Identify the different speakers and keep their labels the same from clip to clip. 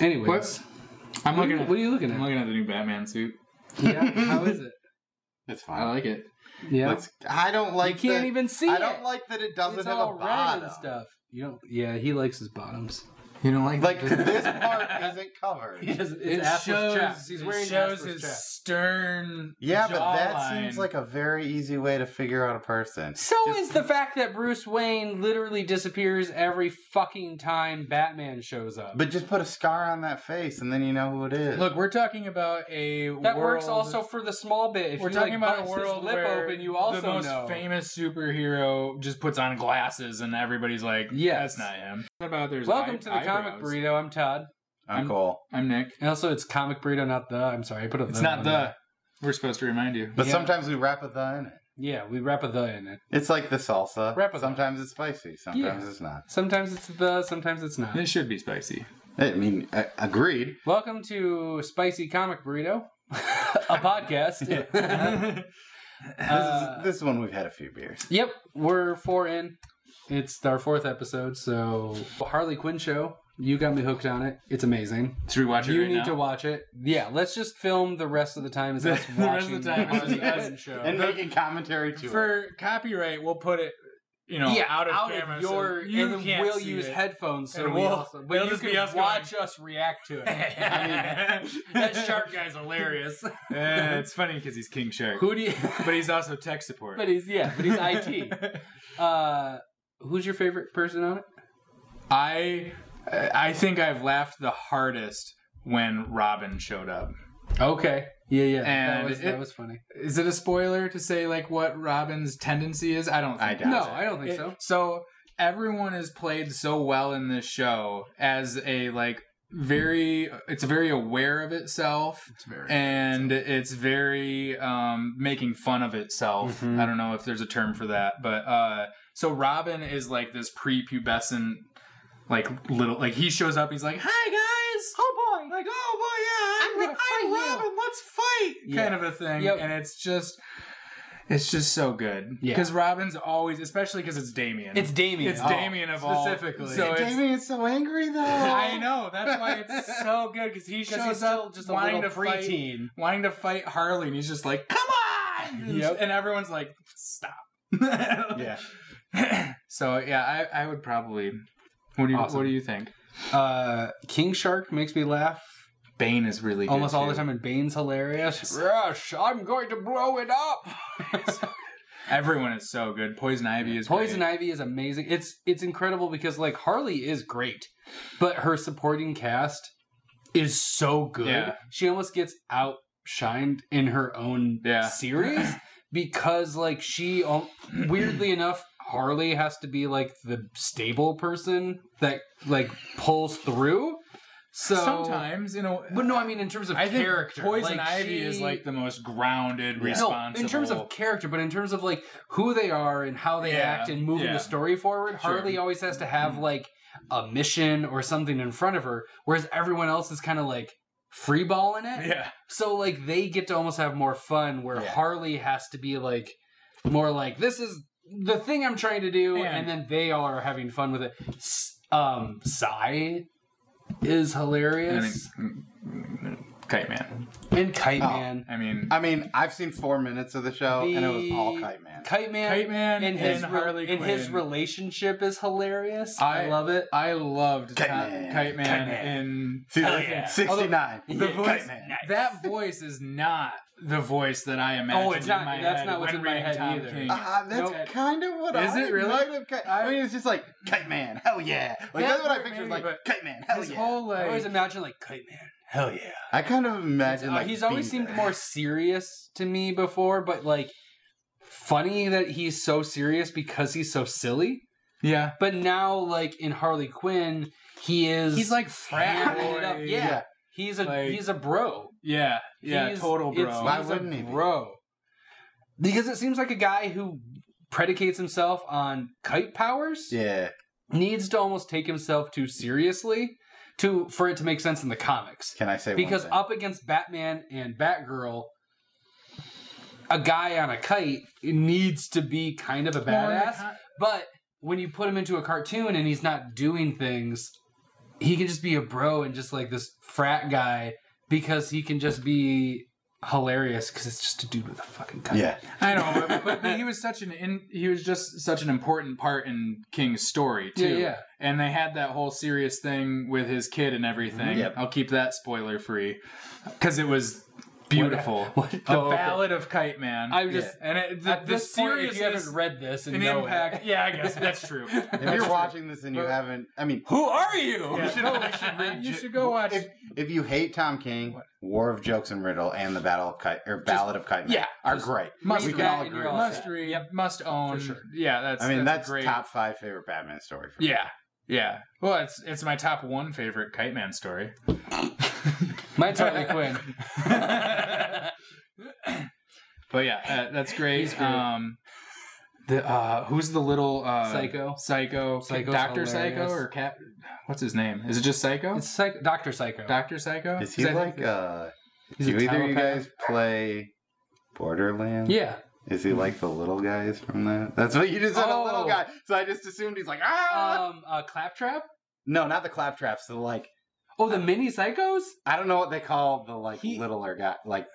Speaker 1: Anyways,
Speaker 2: What?
Speaker 1: I'm looking. At, what are you looking
Speaker 2: I'm
Speaker 1: at?
Speaker 2: looking at the new Batman suit.
Speaker 1: yeah, how is it?
Speaker 3: It's
Speaker 2: I
Speaker 3: fine.
Speaker 2: like it.
Speaker 1: Oh, Yeah,
Speaker 3: Looks- I don't like.
Speaker 1: you can't
Speaker 3: that,
Speaker 1: even see
Speaker 3: I
Speaker 1: it.
Speaker 3: don't like that it doesn't
Speaker 1: it's
Speaker 3: have
Speaker 1: all
Speaker 3: a
Speaker 1: red
Speaker 3: bottom.
Speaker 1: and stuff. You don't. Yeah, he likes his bottoms.
Speaker 2: You don't like
Speaker 3: Like this part isn't covered.
Speaker 1: doesn't.
Speaker 4: it shows
Speaker 1: He's
Speaker 4: it
Speaker 1: wearing
Speaker 4: shows
Speaker 1: assless
Speaker 4: his
Speaker 1: chaps.
Speaker 4: stern.
Speaker 3: Yeah, but that seems
Speaker 4: jawline.
Speaker 3: like a very easy way to figure out a person.
Speaker 1: So
Speaker 3: Just-
Speaker 1: is the fact that Bruce Wayne literally disappears every fucking time Batman shows up.
Speaker 3: But just put a scar on that face, and then you know who it is.
Speaker 4: Look, we're talking about a
Speaker 1: that
Speaker 4: world-
Speaker 1: works also for the small bit. If
Speaker 4: we're
Speaker 1: you,
Speaker 4: talking
Speaker 1: like,
Speaker 4: about a
Speaker 1: bust his
Speaker 4: world
Speaker 1: lip
Speaker 4: where
Speaker 1: open, you also
Speaker 4: the most
Speaker 1: know.
Speaker 4: famous superhero just puts on glasses and everybody's like,
Speaker 1: Yes.
Speaker 4: that's not him."
Speaker 2: What about there's
Speaker 1: Welcome
Speaker 2: eye-
Speaker 1: to the comic
Speaker 2: eyebrows?
Speaker 1: burrito. I'm Todd,
Speaker 3: I'm Cole.
Speaker 2: I'm Nick.
Speaker 1: and also it's comic burrito, not the. I'm sorry, I put a.
Speaker 4: It's
Speaker 1: the
Speaker 3: Oh,
Speaker 4: not
Speaker 1: on
Speaker 4: the.
Speaker 1: there.
Speaker 2: We're supposed to remind you.
Speaker 3: But
Speaker 1: Yeah.
Speaker 3: sometimes we wrap a the in it.
Speaker 1: Yeah, we wrap a the in it.
Speaker 3: It's like the salsa.
Speaker 1: Wrap a the.
Speaker 3: sometimes it's spicy. Sometimes
Speaker 1: Yeah.
Speaker 3: it's not.
Speaker 1: Sometimes it's the. Sometimes it's not.
Speaker 2: It should be spicy.
Speaker 3: I mean, a- agreed.
Speaker 1: Welcome to Spicy Comic Burrito, a podcast. Uh,
Speaker 3: this is one we've had a few beers.
Speaker 1: Yep, we're four in. It's our fourth episode, so Harley Quinn show. You got me hooked on it. It's amazing.
Speaker 2: Should we watch it
Speaker 1: you
Speaker 2: right
Speaker 1: need
Speaker 2: now?
Speaker 1: to watch it. Yeah, let's just film the rest of the time as
Speaker 4: The-
Speaker 1: us
Speaker 4: the rest of
Speaker 1: watching
Speaker 4: the time
Speaker 1: the
Speaker 4: is
Speaker 1: Harley
Speaker 4: us-
Speaker 1: Quinn show.
Speaker 3: And making commentary to it.
Speaker 4: for copyright, we'll put it, you know,
Speaker 1: yeah,
Speaker 4: out of
Speaker 1: out
Speaker 4: camera.
Speaker 1: of your,
Speaker 4: so you
Speaker 1: and then
Speaker 4: can't
Speaker 1: we'll
Speaker 4: see
Speaker 1: use
Speaker 4: it.
Speaker 1: headphones so
Speaker 4: And
Speaker 1: we
Speaker 4: we'll-
Speaker 1: also,
Speaker 4: it'll
Speaker 1: but you
Speaker 4: just be
Speaker 1: can
Speaker 4: us going-
Speaker 1: watch us react to it.
Speaker 4: I mean,
Speaker 1: that shark guy's hilarious.
Speaker 2: Eh, it's funny because he's King Shark,
Speaker 1: Who do you?
Speaker 2: but he's also tech support.
Speaker 1: But he's yeah, but he's IT. Uh, who's your favorite person on it?
Speaker 4: I I think I've laughed the hardest when Robin showed up.
Speaker 1: Okay. Yeah, yeah. that
Speaker 4: And
Speaker 1: was that
Speaker 4: it-
Speaker 1: was funny.
Speaker 4: Is it a spoiler to say like what Robin's tendency is? I don't. Think
Speaker 3: I doubt
Speaker 1: No,
Speaker 3: it.
Speaker 1: I don't think
Speaker 4: It-
Speaker 1: so.
Speaker 4: everyone is played so well in this show as a like very it's very aware of itself
Speaker 1: It's very
Speaker 4: and it's very um making fun of itself.
Speaker 1: Mhm.
Speaker 4: I don't know if there's a term for that, but uh so Robin is like this prepubescent like little like he shows up he's like, "Hi guys."
Speaker 1: Oh
Speaker 4: Like, "Oh boy, yeah.
Speaker 1: I'm
Speaker 4: I'm,
Speaker 1: gonna
Speaker 4: I'm
Speaker 1: fight you."
Speaker 4: Robin. Let's fight."
Speaker 1: Yeah.
Speaker 4: kind of a thing.
Speaker 1: Yep.
Speaker 4: And it's just it's just so good
Speaker 1: Yeah.
Speaker 4: because Robin's always, especially because it's Damien.
Speaker 1: It's Damien.
Speaker 4: It's Damien of all
Speaker 1: specifically.
Speaker 4: So it's,
Speaker 3: Damien is so angry though.
Speaker 4: I know that's why it's
Speaker 1: Oh,
Speaker 4: so good because he shows up just wanting to fight,
Speaker 1: preteen.
Speaker 4: wanting to fight Harley, and he's just like, "Come on!"
Speaker 1: Yep.
Speaker 4: And everyone's like, "Stop."
Speaker 3: Yeah.
Speaker 4: So yeah, I, I would probably. What do you
Speaker 1: Awesome.
Speaker 4: What do you think?
Speaker 1: Uh, King Shark makes me laugh
Speaker 4: Bane is really
Speaker 1: almost all the time, and Bane's hilarious. Rush, I'm going to blow it up.
Speaker 4: Everyone is so good. Poison Ivy is
Speaker 1: Poison
Speaker 4: great.
Speaker 1: Ivy is amazing. It's it's incredible because like Harley is great, but her supporting cast is so good.
Speaker 4: Yeah.
Speaker 1: She almost gets outshined in her own
Speaker 4: Yeah.
Speaker 1: series because like she al- weirdly enough Harley has to be like the stable person that like pulls through. So
Speaker 4: Sometimes you know.
Speaker 1: but no, I mean in terms of
Speaker 4: I think
Speaker 1: character,
Speaker 4: Poison
Speaker 1: like,
Speaker 4: Ivy is
Speaker 1: she-
Speaker 4: like the most grounded,
Speaker 3: Yeah.
Speaker 1: no,
Speaker 4: responsible.
Speaker 1: in terms of character, but in terms of like who they are and how they
Speaker 4: Yeah,
Speaker 1: act and moving
Speaker 4: yeah.
Speaker 1: the story forward,
Speaker 4: Sure. Mm-hmm.
Speaker 1: Harley always has to have like a mission or something in front of her, whereas everyone else is kind of like freeballing it.
Speaker 4: yeah,
Speaker 1: So like they get to almost have more fun, where
Speaker 3: Yeah.
Speaker 1: Harley has to be like more like this is the thing I'm trying to do,
Speaker 4: And-
Speaker 1: and, then they all are having fun with it. S- Um, Psy is hilarious,
Speaker 4: Kite Man.
Speaker 1: and Kite
Speaker 3: Oh.
Speaker 1: Man.
Speaker 4: I mean,
Speaker 3: I mean, I've seen four minutes of the show, and it was all
Speaker 1: The-
Speaker 3: Kite Man.
Speaker 1: Kite Man,
Speaker 4: Kite Man
Speaker 1: and his
Speaker 4: and
Speaker 1: re-
Speaker 4: Harley
Speaker 1: and his
Speaker 4: Quinn.
Speaker 1: relationship is hilarious. I,
Speaker 4: I-
Speaker 1: love it.
Speaker 4: I loved
Speaker 3: Kite
Speaker 4: Kite,
Speaker 3: Man.
Speaker 4: Man, Kite Man,
Speaker 3: Kite Man.
Speaker 4: in
Speaker 3: Season
Speaker 4: Hell yeah.
Speaker 3: 69.
Speaker 1: Although-
Speaker 4: the
Speaker 1: Yeah,
Speaker 4: voice.
Speaker 3: Kite Man.
Speaker 4: That voice is not the voice that I imagined.
Speaker 1: Oh, it's not-
Speaker 4: In my
Speaker 1: that's
Speaker 4: head
Speaker 1: not what's
Speaker 4: when
Speaker 1: in my
Speaker 4: reading
Speaker 1: head
Speaker 4: Tom
Speaker 1: either.
Speaker 4: King.
Speaker 3: Uh, that's
Speaker 1: Nope.
Speaker 3: kind of what
Speaker 4: Is
Speaker 3: I
Speaker 4: it really?
Speaker 3: might have. ki- I mean, it's just like Kite Man, hell yeah! Like
Speaker 4: Yeah,
Speaker 3: that's what I
Speaker 4: maybe,
Speaker 3: pictured. Like
Speaker 4: but
Speaker 3: Kite Man, hell
Speaker 4: his
Speaker 3: yeah!
Speaker 4: whole
Speaker 1: I always
Speaker 4: like,
Speaker 1: imagine like Kite Man. Hell yeah! Uh,
Speaker 3: I kind of imagine like
Speaker 1: he's always
Speaker 3: being
Speaker 1: seemed
Speaker 3: there.
Speaker 1: more serious to me before, but like funny that he's so serious because he's so silly.
Speaker 4: yeah,
Speaker 1: But now, like in Harley Quinn, he is
Speaker 4: he's like frat
Speaker 1: hamming it up.
Speaker 4: boy.
Speaker 1: Yeah. he's a
Speaker 4: Like-
Speaker 1: he's a bro.
Speaker 4: yeah, yeah,
Speaker 1: He's-
Speaker 4: total bro.
Speaker 1: it's-
Speaker 3: Why
Speaker 1: he's
Speaker 3: wouldn't
Speaker 1: a
Speaker 3: he be?
Speaker 1: bro? Because it seems like a guy who predicates himself on kite powers
Speaker 3: Yeah,
Speaker 1: needs to almost take himself too seriously to for it to make sense in the comics.
Speaker 3: can I say
Speaker 1: Because
Speaker 3: one thing?
Speaker 1: up against Batman and Batgirl, a guy on a kite needs to be kind of a
Speaker 4: Well, in the
Speaker 1: badass,
Speaker 4: con-
Speaker 1: but when you put him into a cartoon and he's not doing things, he can just be a bro and just like this frat guy because he can just be hilarious because it's just a dude with a fucking gun.
Speaker 3: Yeah.
Speaker 4: I know, but, but, but he was such an in, he was just such an important part in King's story too.
Speaker 1: Yeah, yeah.
Speaker 4: And they had that whole serious thing with his kid and everything.
Speaker 3: Yep.
Speaker 4: I'll keep that spoiler free because it was beautiful.
Speaker 1: What-
Speaker 4: The
Speaker 1: oh, okay.
Speaker 4: Ballad of Kite Man.
Speaker 1: I just-
Speaker 4: and it, the,
Speaker 1: At
Speaker 4: the
Speaker 1: this point, if
Speaker 4: serious
Speaker 1: you haven't read this and
Speaker 4: an
Speaker 1: know
Speaker 4: impact. Yeah, I guess that's true.
Speaker 3: If you're watching this and you haven't, I mean,
Speaker 1: who are you?
Speaker 3: you should, you should read
Speaker 4: you
Speaker 3: J-
Speaker 4: should go watch.
Speaker 3: If, if you hate Tom King, War of Jokes and Riddle and the Battle of Kite or Ballad of Kite Man
Speaker 4: yeah,
Speaker 3: are great.
Speaker 4: must
Speaker 3: we
Speaker 1: read
Speaker 3: can
Speaker 1: that
Speaker 3: all
Speaker 1: and
Speaker 3: agree.
Speaker 1: you're all
Speaker 3: on
Speaker 4: must
Speaker 3: that.
Speaker 1: set.
Speaker 4: read, must own.
Speaker 1: For sure.
Speaker 4: Yeah, that's.
Speaker 3: I mean, that's,
Speaker 4: a great.
Speaker 3: top five favorite Batman story. For me.
Speaker 4: Yeah, yeah. Well, it's it's my top one favorite Kite Man story.
Speaker 1: My Harley Quinn.
Speaker 4: But yeah, uh, that's great.
Speaker 1: He's great.
Speaker 4: Um, the uh, who's the little uh,
Speaker 1: Psycho.
Speaker 4: psycho,
Speaker 1: Psycho's
Speaker 4: Doctor Psycho
Speaker 1: hilarious.
Speaker 4: or Cap? What's his name? Is it just Psycho?
Speaker 1: It's psych- Doctor Psycho.
Speaker 4: Doctor Psycho.
Speaker 3: Is he
Speaker 4: 'Cause I
Speaker 3: like?
Speaker 4: think-
Speaker 3: Uh,
Speaker 1: He's
Speaker 3: do
Speaker 1: a
Speaker 3: either of you
Speaker 1: telepath.
Speaker 3: guys play Borderlands?
Speaker 1: Yeah.
Speaker 3: Is he like the little guys from that? That's what you just said. A little
Speaker 1: Oh.
Speaker 3: guy. So I just assumed he's like ah.
Speaker 1: Um. Uh, Claptrap.
Speaker 3: no, not the claptraps. The like
Speaker 1: Oh, the mini psychos.
Speaker 3: I don't know what they call the like
Speaker 1: He-
Speaker 3: littler guy. Like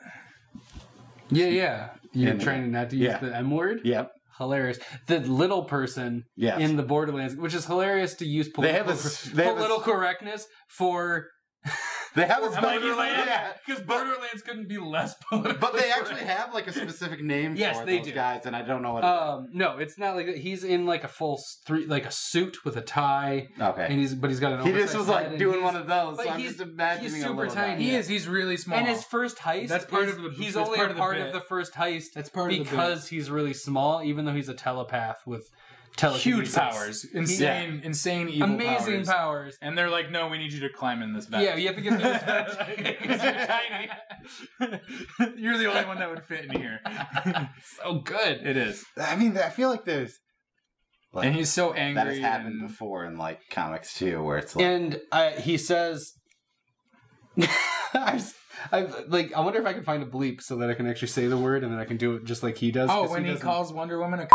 Speaker 1: Yeah, yeah. You're
Speaker 3: And-
Speaker 1: trying not to use
Speaker 3: yeah.
Speaker 1: the M word.
Speaker 3: yep,
Speaker 1: Hilarious. The little person
Speaker 3: yes.
Speaker 1: in the Borderlands, which is hilarious to use
Speaker 3: They have
Speaker 1: political,
Speaker 3: a s- they have a s-
Speaker 1: political correctness for
Speaker 3: they have a
Speaker 1: like, he's like,
Speaker 3: yeah.
Speaker 1: because Borderlands couldn't be less political.
Speaker 3: But they actually have like a specific name
Speaker 1: Yes,
Speaker 3: for
Speaker 1: they
Speaker 3: those
Speaker 1: do.
Speaker 3: guys, and I don't know what.
Speaker 1: Um, no, it's not like that. he's in like a full s- three, like a suit with a tie,
Speaker 3: okay,
Speaker 1: and he's but he's got an.
Speaker 3: he just
Speaker 1: oversized
Speaker 3: was
Speaker 1: head,
Speaker 3: like
Speaker 1: and
Speaker 3: doing
Speaker 1: he's-
Speaker 3: one of those.
Speaker 1: but
Speaker 3: So I'm
Speaker 1: he's-
Speaker 3: just imagining
Speaker 1: he's
Speaker 3: a
Speaker 1: super
Speaker 3: little
Speaker 1: tiny.
Speaker 3: guy.
Speaker 4: he is. He's really small.
Speaker 1: And his first heist,
Speaker 4: That's part
Speaker 1: is-
Speaker 4: of the-
Speaker 1: He's
Speaker 4: that's
Speaker 1: only
Speaker 4: part
Speaker 1: a
Speaker 4: of the
Speaker 1: part
Speaker 4: bit.
Speaker 1: of the first heist.
Speaker 4: That's part of the bit.
Speaker 1: because he's really small, even though he's a telepath with
Speaker 4: huge
Speaker 1: telekinesis.
Speaker 4: powers, insane, insane evil,
Speaker 1: amazing
Speaker 4: powers.
Speaker 1: powers.
Speaker 4: And they're like, no, we need you to climb in this bed.
Speaker 1: Yeah, you have to get those.
Speaker 4: You're the only one that would fit in here.
Speaker 1: so good.
Speaker 4: It is,
Speaker 3: I mean, I feel like there's like
Speaker 4: and he's so angry.
Speaker 3: that has happened
Speaker 4: and-
Speaker 3: before in like comics too, where it's like
Speaker 1: And uh, he says, I, was- I, like, I wonder if I can find a bleep so that I can actually say the word and then I can do it just like he does.
Speaker 4: Oh,
Speaker 1: 'cause
Speaker 4: when he,
Speaker 1: doesn't-
Speaker 4: calls Wonder Woman a.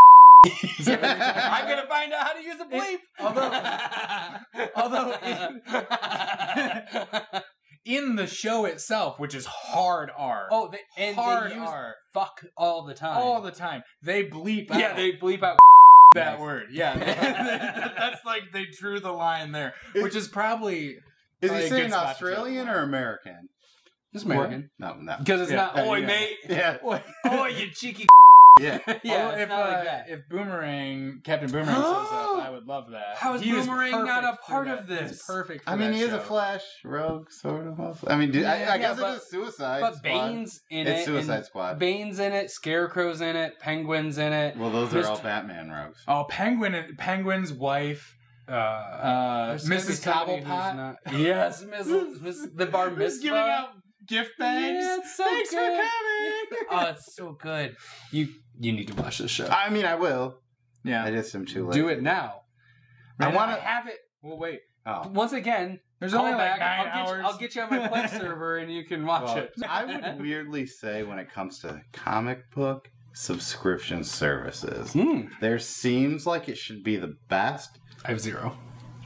Speaker 1: I'm gonna find out how to use a bleep.
Speaker 4: although in the show itself, which is hard R.
Speaker 1: oh, they, and
Speaker 4: hard
Speaker 1: they use
Speaker 4: R.
Speaker 1: fuck all the time.
Speaker 4: All the time. They bleep out
Speaker 1: yeah, they bleep out.
Speaker 4: that word. Yeah. That's like they drew the line there, which is probably.
Speaker 3: Is
Speaker 4: Probably
Speaker 3: he
Speaker 4: a good
Speaker 3: saying
Speaker 4: spot to
Speaker 3: Australian
Speaker 4: jump.
Speaker 3: or American?
Speaker 1: It's
Speaker 4: American.
Speaker 3: No, no.
Speaker 1: because it's
Speaker 4: Yeah.
Speaker 1: not.
Speaker 4: Yeah,
Speaker 1: Oi,
Speaker 4: yeah.
Speaker 1: mate.
Speaker 3: Yeah.
Speaker 1: Oi, you cheeky.
Speaker 3: Yeah.
Speaker 1: yeah,
Speaker 4: Although
Speaker 1: it's
Speaker 4: if,
Speaker 1: not
Speaker 4: uh,
Speaker 1: like that. Oh!
Speaker 4: if Boomerang, Captain Boomerang shows up, I would love that.
Speaker 1: How is
Speaker 4: He was
Speaker 1: Boomerang not
Speaker 4: perfect
Speaker 1: a
Speaker 4: for
Speaker 1: part
Speaker 4: that.
Speaker 1: of
Speaker 4: He's
Speaker 1: this?
Speaker 4: perfect. For
Speaker 3: I mean,
Speaker 4: that
Speaker 3: he is a
Speaker 4: show.
Speaker 3: Flash rogue, sort of. also. I mean, dude, I, I
Speaker 1: Yeah, yeah,
Speaker 3: guess
Speaker 1: but-
Speaker 3: it is Suicide
Speaker 1: But
Speaker 3: Squad.
Speaker 1: Bane's in
Speaker 3: it's
Speaker 1: it.
Speaker 3: Suicide
Speaker 1: and
Speaker 3: Squad.
Speaker 1: Bane's in it. Scarecrow's in it. Penguin's in it.
Speaker 3: well, those are all
Speaker 1: Mr.
Speaker 3: Batman rogues.
Speaker 4: Oh, Penguin, Penguin's wife, uh,
Speaker 1: There's gotta be
Speaker 4: Mrs.
Speaker 1: somebody who's
Speaker 4: Cobblepot.
Speaker 1: not- Yes, Mrs. Miss, the bar
Speaker 4: Who's
Speaker 1: mitzvah.
Speaker 4: giving out gift bags.
Speaker 1: Yeah, it's so
Speaker 4: Thanks
Speaker 1: good.
Speaker 4: for coming.
Speaker 1: Oh, it's so good. You you need to watch this show.
Speaker 3: I mean, I will. I
Speaker 4: yeah,
Speaker 3: just am too late.
Speaker 1: Do it now.
Speaker 3: I
Speaker 4: Man,
Speaker 3: want
Speaker 4: I
Speaker 3: to.
Speaker 4: have it. Well, wait.
Speaker 3: Oh.
Speaker 1: Once again,
Speaker 4: There's
Speaker 1: call
Speaker 4: only like
Speaker 1: back.
Speaker 4: nine
Speaker 1: I'll, get
Speaker 4: hours.
Speaker 1: you, I'll get you on my Plex server and you can watch
Speaker 3: Well,
Speaker 1: it.
Speaker 3: I would weirdly say when it comes to comic book subscription services,
Speaker 1: Mm,
Speaker 3: there seems like it should be the best.
Speaker 1: I have zero.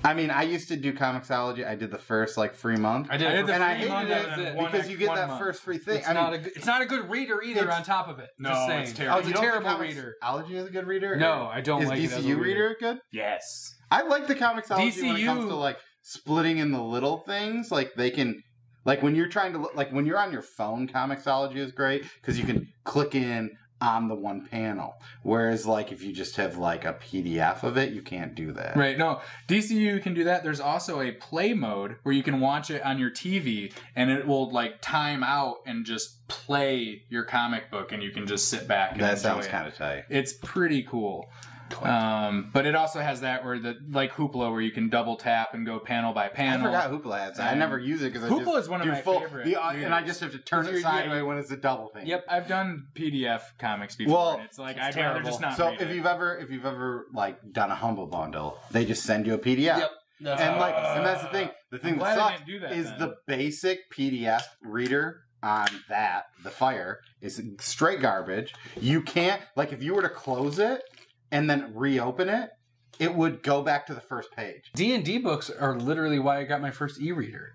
Speaker 3: I mean, I used to do Comixology. I did the first like free month.
Speaker 4: I did the
Speaker 3: and I
Speaker 4: free
Speaker 3: hated
Speaker 4: month
Speaker 3: it
Speaker 4: and then one
Speaker 3: because
Speaker 4: ex-
Speaker 3: you get
Speaker 4: one
Speaker 3: that
Speaker 4: month.
Speaker 3: first free thing.
Speaker 1: It's
Speaker 3: I mean,
Speaker 1: not a good, it's not a good reader either.
Speaker 3: It's-
Speaker 1: On top of it,
Speaker 4: No,
Speaker 1: Just saying.
Speaker 4: it's terrible.
Speaker 1: I was
Speaker 3: you
Speaker 1: a
Speaker 3: don't think
Speaker 1: terrible
Speaker 3: comics-
Speaker 1: reader.
Speaker 3: Allergy is a good reader.
Speaker 1: No, I don't
Speaker 3: is
Speaker 1: like it as a
Speaker 3: DCU reader good?
Speaker 4: Yes.
Speaker 3: I like the comicsology when it comes
Speaker 1: DCU
Speaker 3: to like splitting in the little things. Like they can, like when you're trying to, look- like when you're on your phone, comicsology is great because you can click in on the one panel. Whereas like if you just have like a PDF of it, you can't do that.
Speaker 4: Right. No, DCU can do that. There's also a play mode where you can watch it on your TV and it will like time out and just play your comic book and you can just sit back and
Speaker 3: That
Speaker 4: enjoy
Speaker 3: sounds
Speaker 4: it.
Speaker 3: kind of tight.
Speaker 4: It's pretty cool. Um, but it also has that where the like Hoopla where you can double tap and go panel by
Speaker 3: I
Speaker 4: panel.
Speaker 3: forgot Hoopla has that. I
Speaker 4: And-
Speaker 3: never use it because I
Speaker 4: Hoopla
Speaker 3: just
Speaker 4: is one of
Speaker 3: do
Speaker 4: my
Speaker 3: full,
Speaker 4: favorite
Speaker 3: the- uh, and I
Speaker 4: readers.
Speaker 3: just have to turn
Speaker 4: You're-
Speaker 3: it
Speaker 4: you're-
Speaker 3: sideways when it's a double thing.
Speaker 1: Yep.
Speaker 4: I've done PDF comics before
Speaker 3: Well,
Speaker 4: and it's like
Speaker 1: it's
Speaker 4: I'd rather
Speaker 1: terrible.
Speaker 4: just not
Speaker 3: So
Speaker 4: read
Speaker 3: if
Speaker 4: it.
Speaker 3: you've ever if you've ever like done a humble bundle, they just send you a PDF.
Speaker 1: Yep. That's
Speaker 3: And
Speaker 1: how-
Speaker 3: like and that's the
Speaker 1: Uh,
Speaker 3: thing. The
Speaker 4: I'm
Speaker 3: thing that
Speaker 4: glad I
Speaker 3: sucks
Speaker 4: didn't do that
Speaker 3: is
Speaker 4: then.
Speaker 3: the basic PDF reader on that, the fire, is straight garbage. You can't like if you were to close it and then reopen it, it would go back to the first page.
Speaker 1: D and D books are literally why I got my first e-reader.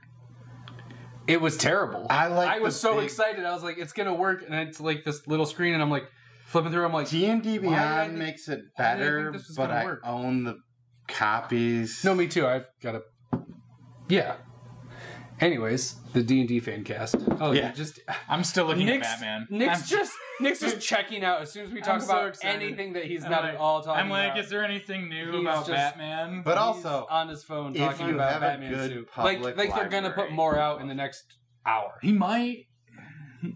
Speaker 1: It was terrible.
Speaker 3: I like
Speaker 1: I was
Speaker 3: the
Speaker 1: so
Speaker 3: big-
Speaker 1: excited. I was like, it's gonna work, and it's like this little screen, and I'm like flipping through. I'm like,
Speaker 3: D and D
Speaker 1: Why did I
Speaker 3: Beyond
Speaker 1: think-
Speaker 3: makes it
Speaker 1: why did I think
Speaker 3: better,
Speaker 1: this was
Speaker 3: but
Speaker 1: gonna
Speaker 3: I
Speaker 1: work?
Speaker 3: own the copies.
Speaker 1: no, me too. I've got a, yeah. Anyways, the D and D fan cast. Oh
Speaker 3: Yeah.
Speaker 1: yeah, just
Speaker 4: I'm still looking
Speaker 1: Nick's,
Speaker 4: at Batman.
Speaker 1: Nick's
Speaker 4: I'm,
Speaker 1: just Nick's just checking out as soon as we talk
Speaker 4: I'm so
Speaker 1: about
Speaker 4: excited.
Speaker 1: anything that he's
Speaker 4: I'm
Speaker 1: not
Speaker 4: like-
Speaker 1: at all talking
Speaker 4: I'm like,
Speaker 1: about.
Speaker 4: is there anything new
Speaker 1: He's
Speaker 4: about
Speaker 1: just-
Speaker 4: Batman?
Speaker 3: but
Speaker 1: He's
Speaker 3: also
Speaker 1: on his phone
Speaker 3: if
Speaker 1: talking
Speaker 3: you
Speaker 1: about
Speaker 3: have a
Speaker 1: Batman
Speaker 3: good
Speaker 1: soup. Like,
Speaker 3: public
Speaker 1: like they're gonna put
Speaker 3: library.
Speaker 1: more out in the next hour.
Speaker 4: he might.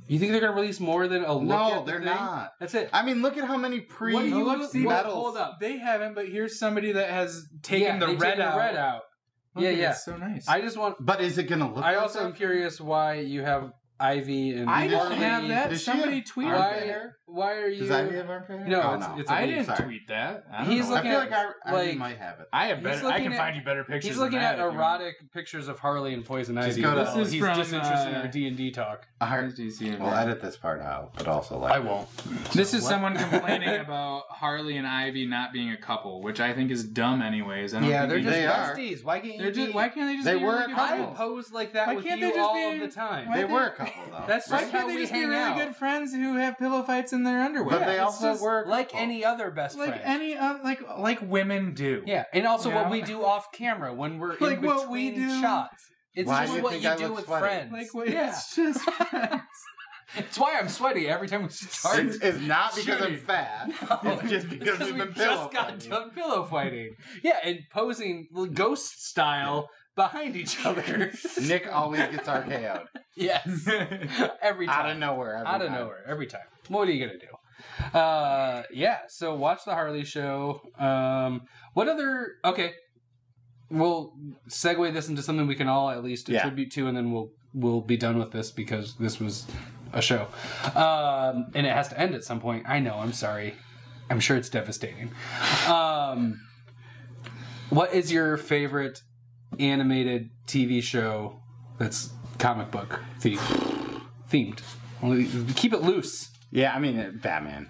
Speaker 1: You think they're gonna release more than a look?
Speaker 3: No,
Speaker 1: at the
Speaker 3: they're
Speaker 1: thing?
Speaker 3: not.
Speaker 1: That's it.
Speaker 3: I mean, look at how many pre
Speaker 1: What do you
Speaker 4: look- see,
Speaker 1: what-
Speaker 3: medals.
Speaker 1: Hold up.
Speaker 4: They haven't, but here's somebody that has taken
Speaker 1: Yeah,
Speaker 4: the
Speaker 1: they've
Speaker 4: red
Speaker 1: taken
Speaker 4: out.
Speaker 1: The red out.
Speaker 4: Look
Speaker 1: Yeah,
Speaker 4: at it,
Speaker 1: yeah.
Speaker 4: it's so nice.
Speaker 1: I just want.
Speaker 3: But is it gonna look?
Speaker 1: I
Speaker 3: like
Speaker 1: also am
Speaker 3: that?
Speaker 1: curious why you have Ivy and
Speaker 4: I
Speaker 3: didn't
Speaker 4: don't
Speaker 1: Harley.
Speaker 4: have that.
Speaker 3: Does she
Speaker 4: Somebody
Speaker 3: have
Speaker 4: tweeted
Speaker 3: armpit
Speaker 1: Why?
Speaker 3: hair?
Speaker 1: Why are you?
Speaker 3: Does Ivy have armpit hair?
Speaker 1: No,
Speaker 3: Oh,
Speaker 1: it's- it's a
Speaker 4: I
Speaker 1: I'm
Speaker 4: didn't
Speaker 3: sorry.
Speaker 4: tweet that. I don't
Speaker 1: He's
Speaker 4: know.
Speaker 3: I
Speaker 1: looking
Speaker 3: feel
Speaker 1: at,
Speaker 3: like I, I
Speaker 1: like-
Speaker 3: might have it.
Speaker 4: I have
Speaker 1: he's
Speaker 4: better. I can
Speaker 1: looking at-
Speaker 4: find you better pictures.
Speaker 1: He's
Speaker 4: than
Speaker 1: looking
Speaker 4: that
Speaker 1: at
Speaker 4: if you
Speaker 1: erotic pictures of Harley and Poison Ivy.
Speaker 3: go to-
Speaker 1: while
Speaker 4: This is
Speaker 1: he's
Speaker 4: from,
Speaker 1: disinterested in
Speaker 4: uh,
Speaker 1: our D and D talk.
Speaker 3: I,
Speaker 4: want. Here's DC and
Speaker 3: we'll
Speaker 4: that.
Speaker 3: edit this part out, but also like
Speaker 4: I won't. This is
Speaker 3: What?
Speaker 4: someone complaining about Harley and Ivy not being a couple, which I think is dumb, anyways. I don't
Speaker 3: Yeah,
Speaker 4: think
Speaker 3: they're
Speaker 4: you-
Speaker 3: just- They are.
Speaker 1: besties. Why can't
Speaker 4: They're just. Why can't they just?
Speaker 3: They
Speaker 4: be
Speaker 3: were
Speaker 4: really
Speaker 3: a
Speaker 4: good
Speaker 3: couple.
Speaker 1: I
Speaker 4: friends?
Speaker 1: pose like that
Speaker 4: Why
Speaker 1: with
Speaker 4: can't
Speaker 1: you
Speaker 4: they just
Speaker 1: all
Speaker 4: be-
Speaker 1: of the time.
Speaker 4: Why
Speaker 3: They
Speaker 4: they-
Speaker 3: were a couple though.
Speaker 1: That's
Speaker 4: Why
Speaker 1: just
Speaker 4: can't
Speaker 1: how
Speaker 4: they
Speaker 1: we
Speaker 4: just be
Speaker 1: hang
Speaker 4: really
Speaker 1: out.
Speaker 4: good friends who have pillow fights in their underwear?
Speaker 3: But they
Speaker 4: It's
Speaker 3: also
Speaker 4: just
Speaker 3: were
Speaker 1: like
Speaker 3: couple.
Speaker 1: any other best
Speaker 4: like
Speaker 1: friend.
Speaker 4: any uh, like like women do.
Speaker 1: yeah, and also
Speaker 4: You
Speaker 1: what
Speaker 4: know?
Speaker 1: we do off camera when we're
Speaker 4: Like
Speaker 1: in
Speaker 4: what we
Speaker 1: between
Speaker 4: do-
Speaker 1: shots. It's
Speaker 3: Why do
Speaker 1: just
Speaker 3: you
Speaker 1: what
Speaker 3: think
Speaker 1: you
Speaker 3: I
Speaker 1: do
Speaker 3: look
Speaker 1: with
Speaker 3: sweaty?
Speaker 1: friends.
Speaker 4: Like what,
Speaker 1: yeah.
Speaker 4: it's just
Speaker 1: It's why I'm sweaty every time we start.
Speaker 3: It's, it's not because I'm
Speaker 4: Shooting.
Speaker 3: fat. It's just because we've
Speaker 1: Oh, we
Speaker 3: been pillow
Speaker 1: just got
Speaker 3: fighting.
Speaker 1: done pillow fighting. Yeah, and posing ghost style behind each other.
Speaker 3: Nick always gets RKO'd
Speaker 1: yes, every time.
Speaker 3: out of nowhere. every
Speaker 1: out of
Speaker 3: time.
Speaker 1: nowhere every time. What are you gonna do? Uh, yeah. So watch the Harley show. Um, what other? Okay, we'll segue this into something we can all at least
Speaker 3: Yeah.
Speaker 1: attribute to, and then we'll we'll be done with this because this was a show, um, and it has to end at some point. I know. I'm sorry. I'm sure it's devastating. Um, what is your favorite animated TV show that's comic book themed? themed. Only- Keep it loose.
Speaker 3: Yeah, I mean uh, Batman.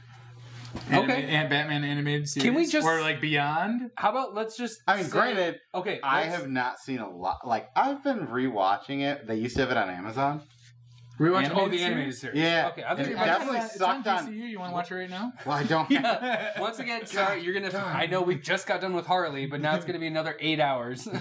Speaker 1: Okay.
Speaker 4: Anima- and Batman animated series.
Speaker 1: Can we just-
Speaker 4: or like Beyond?
Speaker 1: How about let's just?
Speaker 3: I mean,
Speaker 1: say-
Speaker 3: granted,
Speaker 1: Okay,
Speaker 3: I
Speaker 1: let's-
Speaker 3: have not seen a lot. Like I've been rewatching it. They used to have it on Amazon.
Speaker 1: rewatch. Oh,
Speaker 4: Animated
Speaker 1: the
Speaker 4: series?
Speaker 1: animated series.
Speaker 3: Yeah.
Speaker 1: Okay, I
Speaker 3: And
Speaker 1: think
Speaker 3: it definitely
Speaker 4: it's on
Speaker 3: sucked on.
Speaker 4: DCU. You want to watch it right now?
Speaker 3: Well, I don't.
Speaker 1: Yeah. Once again, sorry, you're gonna. I know we just got done with Harley, but now it's gonna be another eight hours.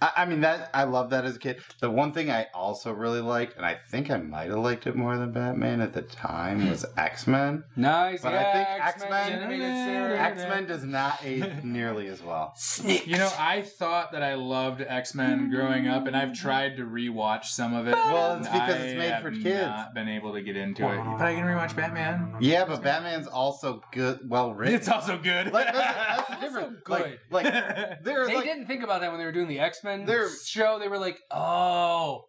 Speaker 3: I, I mean that I love that as a kid. The one thing I also really liked, and I think I might have liked it more than Batman at the time, was X Men.
Speaker 1: nice.
Speaker 3: But I
Speaker 1: yeah,
Speaker 3: think X-Men-
Speaker 1: animated series.
Speaker 4: Yeah.
Speaker 3: X Men does not age nearly as well.
Speaker 1: Snick.
Speaker 4: You know, I thought that I loved X Men growing up, and I've tried to rewatch some of it.
Speaker 3: Well, it's
Speaker 4: and
Speaker 3: because it's
Speaker 4: I
Speaker 3: made
Speaker 4: have
Speaker 3: for kids.
Speaker 4: Not been able to get into it, but I can rewatch Batman.
Speaker 3: Yeah, but Batman's also good, well written.
Speaker 4: It's also good.
Speaker 3: like, that's, that's the
Speaker 1: Also
Speaker 3: difference.
Speaker 1: good.
Speaker 3: Like, like there's
Speaker 1: They
Speaker 3: like
Speaker 1: didn't think about that when they were doing the X Men
Speaker 3: They're-
Speaker 1: show. They were like, "Oh,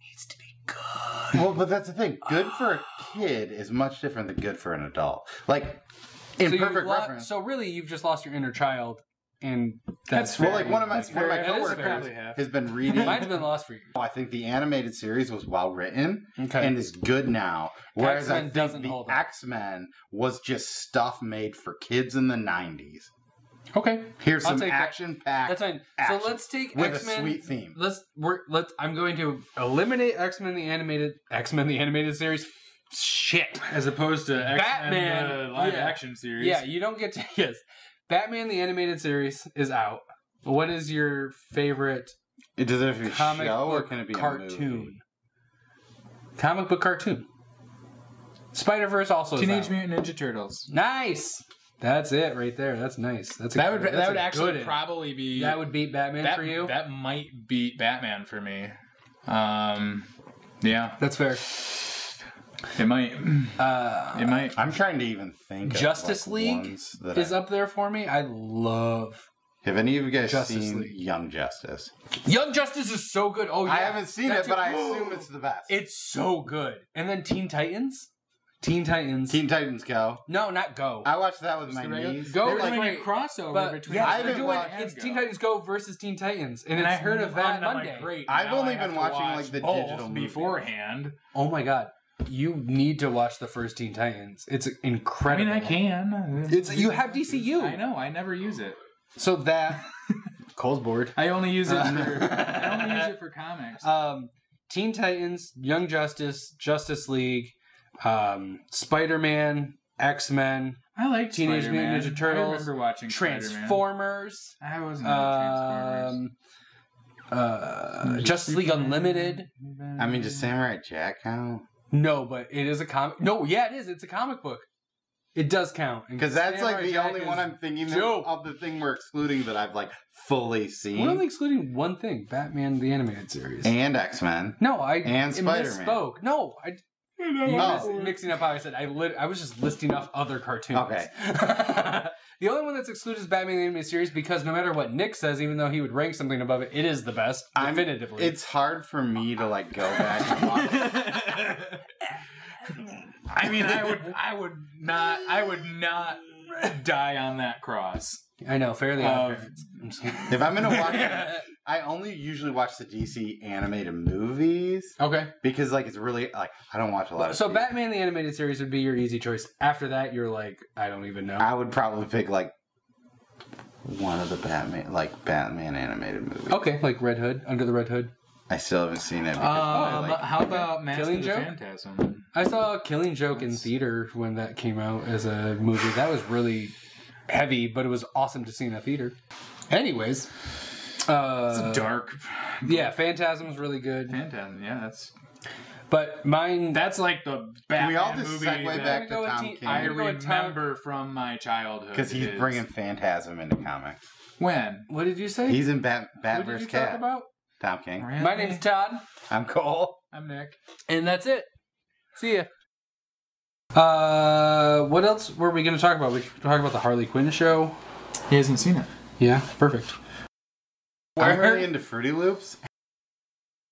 Speaker 1: it needs to be good."
Speaker 3: well, but that's the thing. Good for a kid is much different than good for an adult. Like in
Speaker 1: so, you've
Speaker 3: perfect
Speaker 1: lo-
Speaker 3: reference.
Speaker 1: so really, you've just lost your inner child, and
Speaker 4: That's
Speaker 1: that's,
Speaker 3: well, like one of my
Speaker 4: That's
Speaker 3: one of my
Speaker 4: fair.
Speaker 1: That is
Speaker 3: coworkers
Speaker 4: fair.
Speaker 3: has been reading.
Speaker 1: mine's been lost for you.
Speaker 3: I think the animated series was well written
Speaker 1: Okay.
Speaker 3: and is good now. Whereas
Speaker 1: X-Men
Speaker 3: I think
Speaker 1: doesn't
Speaker 3: the
Speaker 1: hold up.
Speaker 3: X Men was just stuff made for kids in the '90s.
Speaker 1: okay.
Speaker 3: Here's
Speaker 1: I'll
Speaker 3: some
Speaker 1: take that.
Speaker 3: action packed.
Speaker 1: That's fine.
Speaker 3: action
Speaker 1: So let's take
Speaker 3: with
Speaker 1: X
Speaker 3: a
Speaker 1: Men.
Speaker 3: sweet theme.
Speaker 1: Let's we're let's. I'm going to eliminate X Men the animated X Men the animated series. Shit.
Speaker 4: As opposed to X
Speaker 1: Batman,
Speaker 4: Men live
Speaker 1: yeah.
Speaker 4: action series.
Speaker 1: Yeah, you don't get to. Yes, Batman the animated series is out. What is your favorite
Speaker 3: It does it have to be a
Speaker 1: comic
Speaker 3: show or
Speaker 1: book
Speaker 3: can it be A movie?
Speaker 1: cartoon? Comic book cartoon. Spider Verse also.
Speaker 4: Teenage
Speaker 1: is out.
Speaker 4: Mutant Ninja Turtles.
Speaker 1: Nice. That's it right there. That's nice. That's a,
Speaker 4: That would
Speaker 1: that's
Speaker 4: that
Speaker 1: a
Speaker 4: would actually
Speaker 1: good-
Speaker 4: probably be
Speaker 1: that would beat Batman
Speaker 4: that,
Speaker 1: for you.
Speaker 4: that might beat Batman for me. Um, yeah,
Speaker 1: that's fair.
Speaker 4: it might.
Speaker 1: Uh,
Speaker 4: It might.
Speaker 3: I'm trying to even think.
Speaker 1: Justice
Speaker 3: of, like,
Speaker 1: League
Speaker 3: ones that
Speaker 1: is
Speaker 3: I-
Speaker 1: up there for me. I love
Speaker 3: Have any of you guys
Speaker 1: Justice
Speaker 3: seen
Speaker 1: League.
Speaker 3: Young Justice?
Speaker 1: Young Justice is so good. Oh, yeah.
Speaker 3: I haven't seen
Speaker 1: That
Speaker 3: it,
Speaker 1: too-
Speaker 3: but I assume it's the best.
Speaker 1: it's so good. And then Teen Titans. Teen Titans.
Speaker 3: Teen Titans Go.
Speaker 1: no, not Go.
Speaker 3: I watched that with my
Speaker 4: the regular-
Speaker 3: niece.
Speaker 1: Go
Speaker 4: They're
Speaker 1: is
Speaker 4: doing
Speaker 1: great,
Speaker 4: a crossover
Speaker 1: but
Speaker 4: between.
Speaker 1: yeah,
Speaker 3: I
Speaker 1: they're
Speaker 3: haven't
Speaker 1: doing
Speaker 3: watched
Speaker 1: it's Teen Titans Go versus Teen Titans, and,
Speaker 4: And
Speaker 1: it's
Speaker 4: I heard of that
Speaker 1: on Monday.
Speaker 4: Monday. Great.
Speaker 3: I've
Speaker 4: now
Speaker 3: only
Speaker 4: I have
Speaker 3: been
Speaker 4: to
Speaker 3: watching,
Speaker 4: watch
Speaker 3: like, the
Speaker 4: both
Speaker 3: digital movies.
Speaker 4: beforehand.
Speaker 1: Oh my god, you need to watch the first Teen Titans. It's
Speaker 4: I
Speaker 1: incredible.
Speaker 4: mean, I can.
Speaker 1: It's you have DCU.
Speaker 4: I know. I never use it.
Speaker 1: So that Cole's bored.
Speaker 4: I only use it for I only use it for comics.
Speaker 1: Um, Teen Titans, Young Justice, Justice League, um, Spider Man, X Men,
Speaker 4: I like
Speaker 1: Teenage Mutant
Speaker 4: Spider-Man.
Speaker 1: Ninja Turtles,
Speaker 4: I remember watching Spider-Man.
Speaker 1: Transformers,
Speaker 4: I wasn't um,
Speaker 1: um, uh, Justice League Unlimited.
Speaker 3: I mean, does Samurai Jack count?
Speaker 1: No, but it is a comic. No, yeah, it is. It's a comic book. It does count
Speaker 3: Because that's like the
Speaker 1: Samurai
Speaker 3: only
Speaker 1: Jack
Speaker 3: one
Speaker 1: is-
Speaker 3: I'm thinking
Speaker 1: dope.
Speaker 3: of the thing we're excluding that I've like fully
Speaker 1: We're only
Speaker 3: seen.
Speaker 1: excluding one thing: Batman the animated series.
Speaker 3: And X Men.
Speaker 1: no, I
Speaker 3: and
Speaker 1: I
Speaker 3: Spider-Man.
Speaker 1: misspoke. No, I You
Speaker 3: Oh.
Speaker 1: mis- mixing up how I said I lit. I was just listing off other cartoons.
Speaker 3: Okay.
Speaker 1: the only one that's excluded is Batman the Animated Series because no matter what Nick says, even though he would rank something above it, it is the best
Speaker 3: I'm-
Speaker 1: definitively.
Speaker 3: It's hard for me to like go back and watch.
Speaker 4: I mean, I would, I would not, I would not die on that cross.
Speaker 1: I know fairly.
Speaker 4: Of-
Speaker 1: unfair. I'm just kidding.
Speaker 3: If I'm gonna watch, I only usually watch the DC animated movies
Speaker 4: Okay,
Speaker 3: because like it's really like I don't watch a lot. Of
Speaker 1: so
Speaker 3: TV.
Speaker 1: Batman the Animated Series would be your easy choice. After that, you're like I don't even know.
Speaker 3: I would probably pick like one of the Batman, like Batman animated movies.
Speaker 4: Oh.
Speaker 1: Okay, like Red Hood, Under the Red Hood.
Speaker 3: I still haven't seen it. Because
Speaker 4: um,
Speaker 3: I, like,
Speaker 4: how about Mask
Speaker 1: Killing
Speaker 4: of the
Speaker 1: Joke?
Speaker 4: Phantasm?
Speaker 1: I saw Killing Joke in theater when that came out as a movie. That was really heavy, but it was awesome to see in a theater. Anyways, uh,
Speaker 4: Dark
Speaker 1: Yeah, Phantasm's really good,
Speaker 4: Phantasm. Yeah, that's
Speaker 1: but mine.
Speaker 4: that's like the
Speaker 3: Can
Speaker 4: Batman
Speaker 3: we all just
Speaker 4: movie
Speaker 3: segue
Speaker 4: that
Speaker 3: back to
Speaker 1: go with
Speaker 3: Tom
Speaker 1: Teen-
Speaker 4: I
Speaker 1: I'm
Speaker 3: King?
Speaker 1: gonna go with Tom-
Speaker 4: remember from my childhood
Speaker 3: Because he's
Speaker 4: is-
Speaker 3: bringing Phantasm into comics.
Speaker 4: when.
Speaker 1: What did you say?
Speaker 3: He's in Bat, Bat
Speaker 1: what did you
Speaker 3: vs.
Speaker 1: talk
Speaker 3: Cat.
Speaker 1: about?
Speaker 3: Tom King.
Speaker 4: Really?
Speaker 1: My name's Todd,
Speaker 3: I'm Cole.
Speaker 4: I'm Nick.
Speaker 1: and that's it. See ya. Uh, what else were we going to talk about? We could talk about the Harley Quinn show.
Speaker 4: He hasn't seen it.
Speaker 1: Yeah, perfect.
Speaker 3: I'm really into Fruity Loops